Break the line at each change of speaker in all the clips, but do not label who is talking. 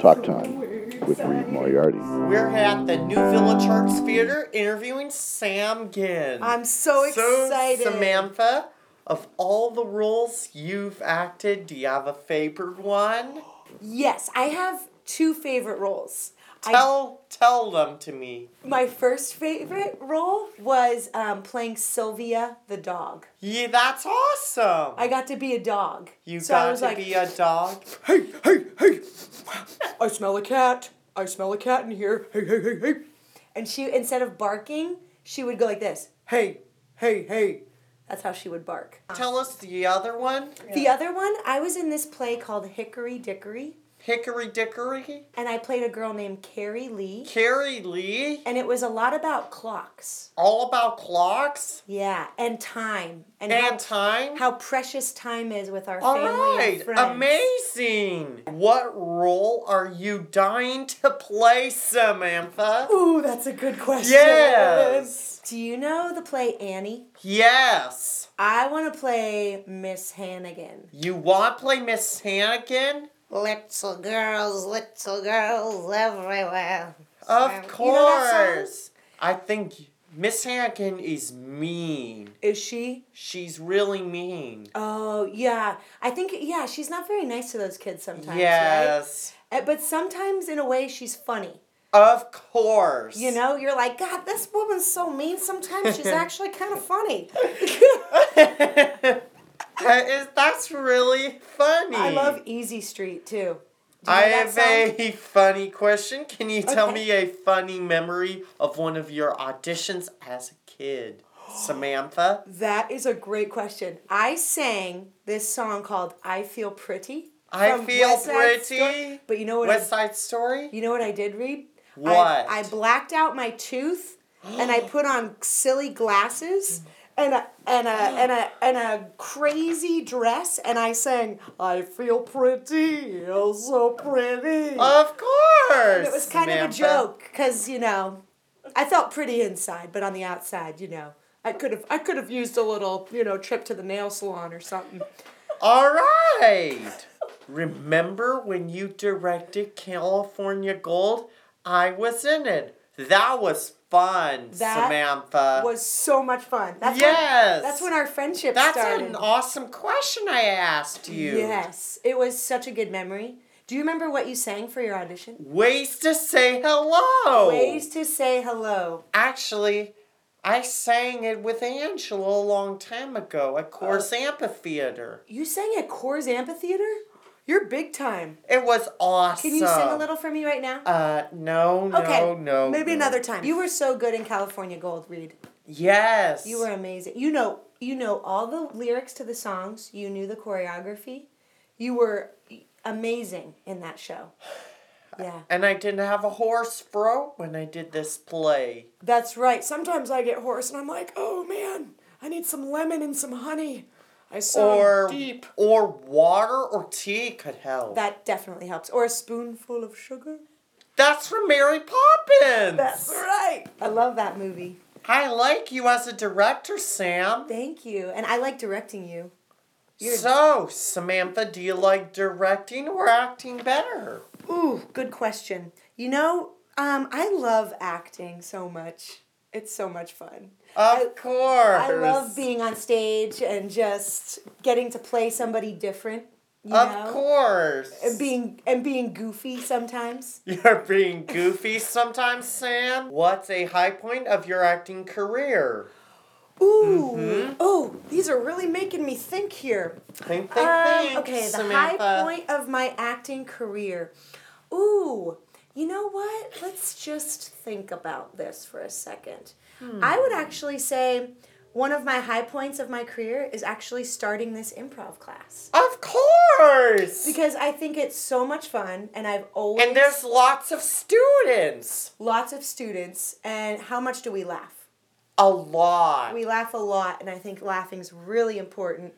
Talk Time with Reed Moriarty.
We're at the New Village Arts Theater interviewing Sam Ginn.
I'm so excited.
Samantha, of all the roles you've acted, do you have a favorite one?
Yes, I have two favorite roles. I-
Tell tell them to me.
my first favorite role was um, playing Sylvia the dog.
Yeah, that's awesome.
I got to be a dog.
you
So I
got
was
to
like,
be a dog.
hey, hey, hey! I smell a cat. I smell a cat in here. Hey, hey, hey, hey! And she, instead of barking, she would go like this. Hey, hey, hey! That's how she would bark.
Tell us the other one.
The other one, I was in this play called Hickory Dickory,
Hickory Dickory.
and I played a girl named Carrie Lee,
Carrie Lee.
and it was a lot about clocks.
All about clocks
Yeah, and time, and, how,
and time.
how precious time is with our
All
family
right,
and friends.
amazing. What role are you dying to play, Samantha?
Ooh, that's a good question.
Yes.
Do you know the play Annie?
Yes.
I want to play Miss Hannigan.
You want to play Miss Hannigan?
Little girls, little girls everywhere.
Of
You know that song?
course. I think Miss Hannigan is mean.
Is she?
She's really mean.
Oh, yeah. I think, yeah, she's not very nice to those kids sometimes,
yes.
right? Uh, But sometimes, in a way, she's funny.
Of course.
You know, you're like, God, this woman's so mean. Sometimes she's actually kind of funny.
That is, that's really funny.
I love Easy Street, too. Do you know
I
that
have
song?
a funny question. Can you tell
Okay.
me a funny memory of one of your auditions as a kid, Samantha?
That is a great question. I sang this song called "I Feel Pretty."
I
from
Feel
West Side Sto-
Pretty?
but you know what?
West
I,
Side Story?
you know what I did read?
What?
I, I blacked out my tooth, and I put on silly glasses. And a, and a and a and a crazy dress, and I sang, "I feel pretty, oh so pretty."
Of course.
and it was kind of a
Samantha.
joke, cause you know, I felt pretty inside, but on the outside, you know, I could have I could have used a little, you know, trip to the nail salon or something.
Uh, All right. Remember when you directed California Gold? I was in it. That was fun,
That
Samantha.
was so much fun. That's
Yes.
When, that's when our friendship
That's
started.
an awesome question I asked you.
Yes, it was such a good memory. Do you remember what you sang for your audition?
Ways to say hello.
Ways to say hello.
Actually, I sang it with Angela a long time ago at
Oh.
Coors Amphitheater.
You sang at Coors Amphitheater. You're big time.
It was awesome.
Can you sing a little for me right now?
Uh, no, no,
okay.
no.
Maybe
no.
another time. You were so good in California Gold, Reed.
Yes.
You were amazing. You know, you know all the lyrics to the songs. You knew the choreography. You were amazing in that show. Yeah,
And I didn't have a horse bro when I did this play.
that's right. Sometimes I get hoarse and I'm like, oh man, I need some lemon and some honey. I sound
or
deep.
or water or tea could help.
That definitely helps. Or a spoonful of sugar.
That's from Mary Poppins.
That's right. I love that movie.
I like you as a director, Sam.
Thank you, and I like directing you.
So, Samantha, do you like directing or acting better?
Ooh, good question. You know, um, I love acting so much. It's so much fun.
Of course.
I love being on stage and just getting to play somebody different. You
Of
know? uh,
course.
And being and being goofy sometimes.
You're being goofy sometimes, Sam. What's a high point of your acting career?
Ooh. Oh, these are really making me think here.
Think, think,
Um,
think,
okay, the
Samantha.
high point of my acting career. Ooh, you know what? Let's just think about this for a second.
Hmm.
I would actually say one of my high points of my career is actually starting this improv class
Of course.
because I think it's so much fun, and I've always
and there's lots of students.
lots of students. And how much do we laugh?
A lot.
We laugh a lot, and I think laughing's really important.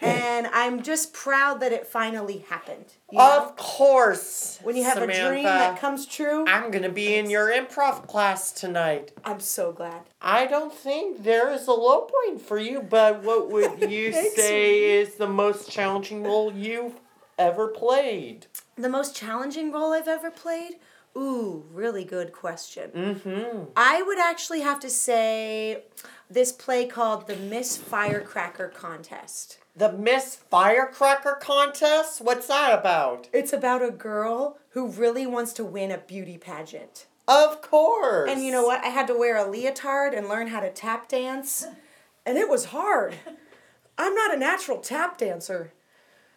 And I'm just proud that it finally happened. you know?
of course.
When you have a dream that comes true,
I'm gonna be in your improv class tonight.
I'm so glad.
I don't think there is a low point for you, but what would you
Thanks,
say is the most challenging role you've ever played?
The most challenging role I've ever played? Ooh, really good question. I would actually have to say this play called the Miss Firecracker Contest.
The Miss Firecracker contest? What's that about?
It's about a girl who really wants to win a beauty pageant.
Of course.
And you know what? I had to wear a leotard and learn how to tap dance, and it was hard. I'm not a natural tap dancer.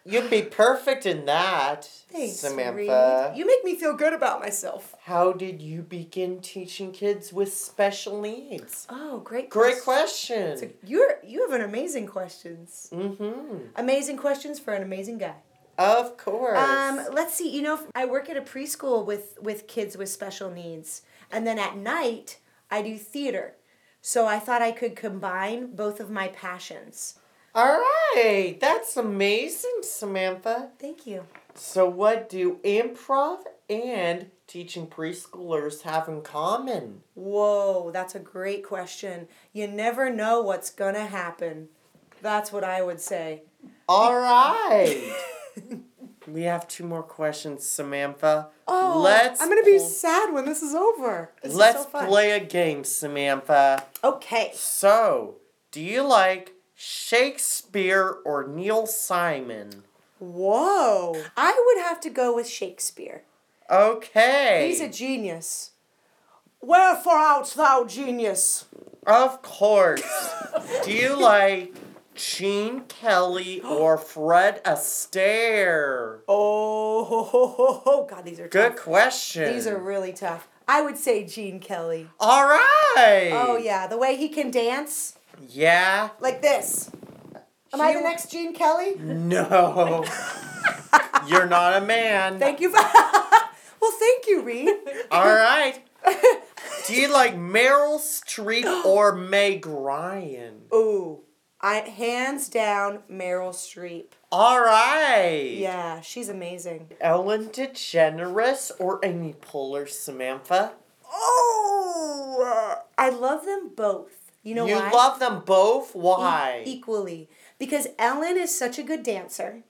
You'd be perfect in that,
Thanks,
Samantha.
Reed. You make me feel good about myself.
How did you begin teaching kids with special needs?
Oh, great.
Great
question.
question.
You're you have an amazing questions. Mm-hmm. Amazing questions for an amazing guy.
Of course.
Um, let's see. You know, I work at a preschool with with kids with special needs, and then at night I do theater. So I thought I could combine both of my passions.
All right. That's amazing, Samantha.
Thank you.
So, what do improv and teaching preschoolers have in common?
Whoa, that's a great question. You never know what's gonna happen. That's what I would say.
All right. we have two more questions, Samantha.
Oh,
let's
I'm gonna be
pl-
sad when this is over. This is
Let's
so fun.
play a game, Samantha.
Okay.
So, do you like Shakespeare or Neil Simon?
Whoa. I would have to go with Shakespeare.
Okay.
He's a genius. Wherefore art thou genius?
of course. do you like Gene Kelly or Fred Astaire?
Oh, ho, ho, ho, ho. God, these are
Good
tough.
question.
These are really tough. I would say Gene Kelly.
All right.
Oh, yeah. The way he can dance
Yeah.
like this. Am I the
You-
next Gene Kelly?
No. You're not a man.
Thank you. well, thank you, Reed.
All right. Do you like Meryl Streep or Meg Ryan?
Ooh, I hands down Meryl Streep.
All right.
Yeah, she's amazing.
Ellen DeGeneres or Amy Poehler, Samantha?
Oh, uh, I love them both. You know
you
why? E-,
love them both. Why?
equally because Ellen is such a good dancer.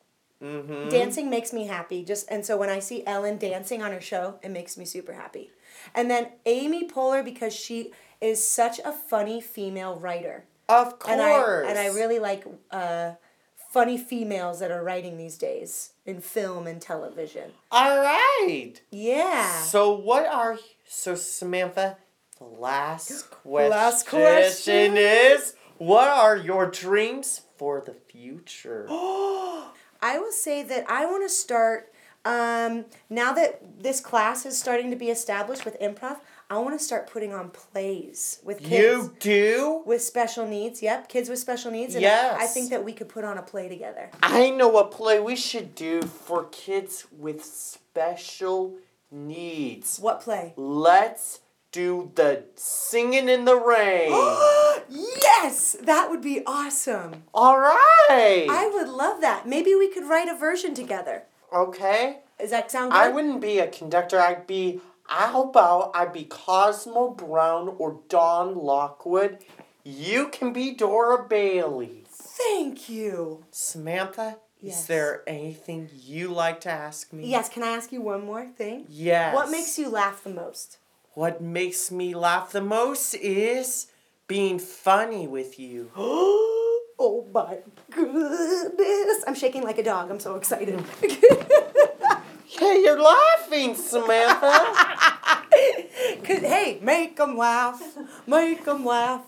Mm-hmm.
Dancing makes me happy. Just and so when I see Ellen dancing on her show, it makes me super happy. And then Amy Poehler because she is such a funny female writer,
of
and I
course.
and I really like uh, funny females that are writing these days in film and television.
All right.
Yeah.
So what are so Samantha? The last question.
Last question.
is what are your dreams for the future?
I will say that I want to start um, now that this class is starting to be established with improv. I want to start putting on plays with kids
you do?
with special needs. Yep, kids with special needs. And I- I
Yes.
think that we could put on a play together.
I know a play we should do for kids with special needs.
What play?
Let's do the singing in the rain.
yes, that would be awesome.
All right.
I would love that. Maybe we could write a version together.
okay.
Does that sound good?
I wouldn't be a conductor. I'd be. I hope out. I'd be Cosmo Brown or Don Lockwood. You can be Dora Bailey.
Thank you.
Samantha,
Yes.
is there anything you like to ask me?
Yes, can I ask you one more thing?
Yes.
What makes you laugh the most?
What makes me laugh the most is being funny with you.
Oh my goodness. I'm shaking like a dog. I'm so excited.
Hey, you're laughing, Samantha.
'Cause, hey, make them laugh. Make them laugh.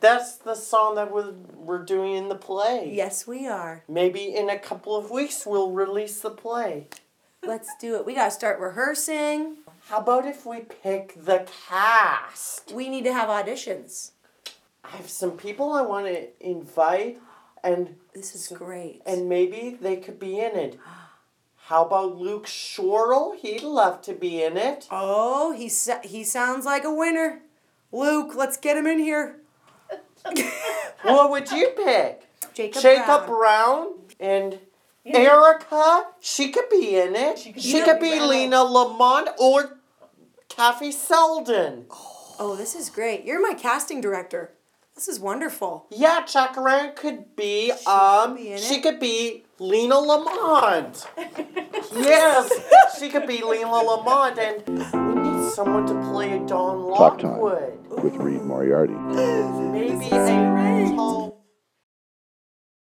That's the song that we're, we're doing in the play.
Yes, we are.
Maybe in a couple of weeks we'll release the play.
Let's do it. We got to start rehearsing.
How about if we pick the cast?
We need to have auditions.
I have some people I want to invite, and
This is great.
and maybe they could be in it. How about Luke Shortle? He'd love to be in it.
oh, he sa- he sounds like a winner. Luke, let's get him in here.
What would you pick?
Jacob.
Jacob
Brown.
Brown and Erica. She could be in it. She could, be Lena Lamont or Kathy Selden.
Oh, this is great. You're my casting director. This is wonderful.
Yeah, Jack Ryan could be.
could
um,
be in
she
it.
could be Lena Lamont. yes, she could be Lena Lamont, and we need someone to play a Don
Talk time
Lockwood.
with Reed Moriarty.
Maybe a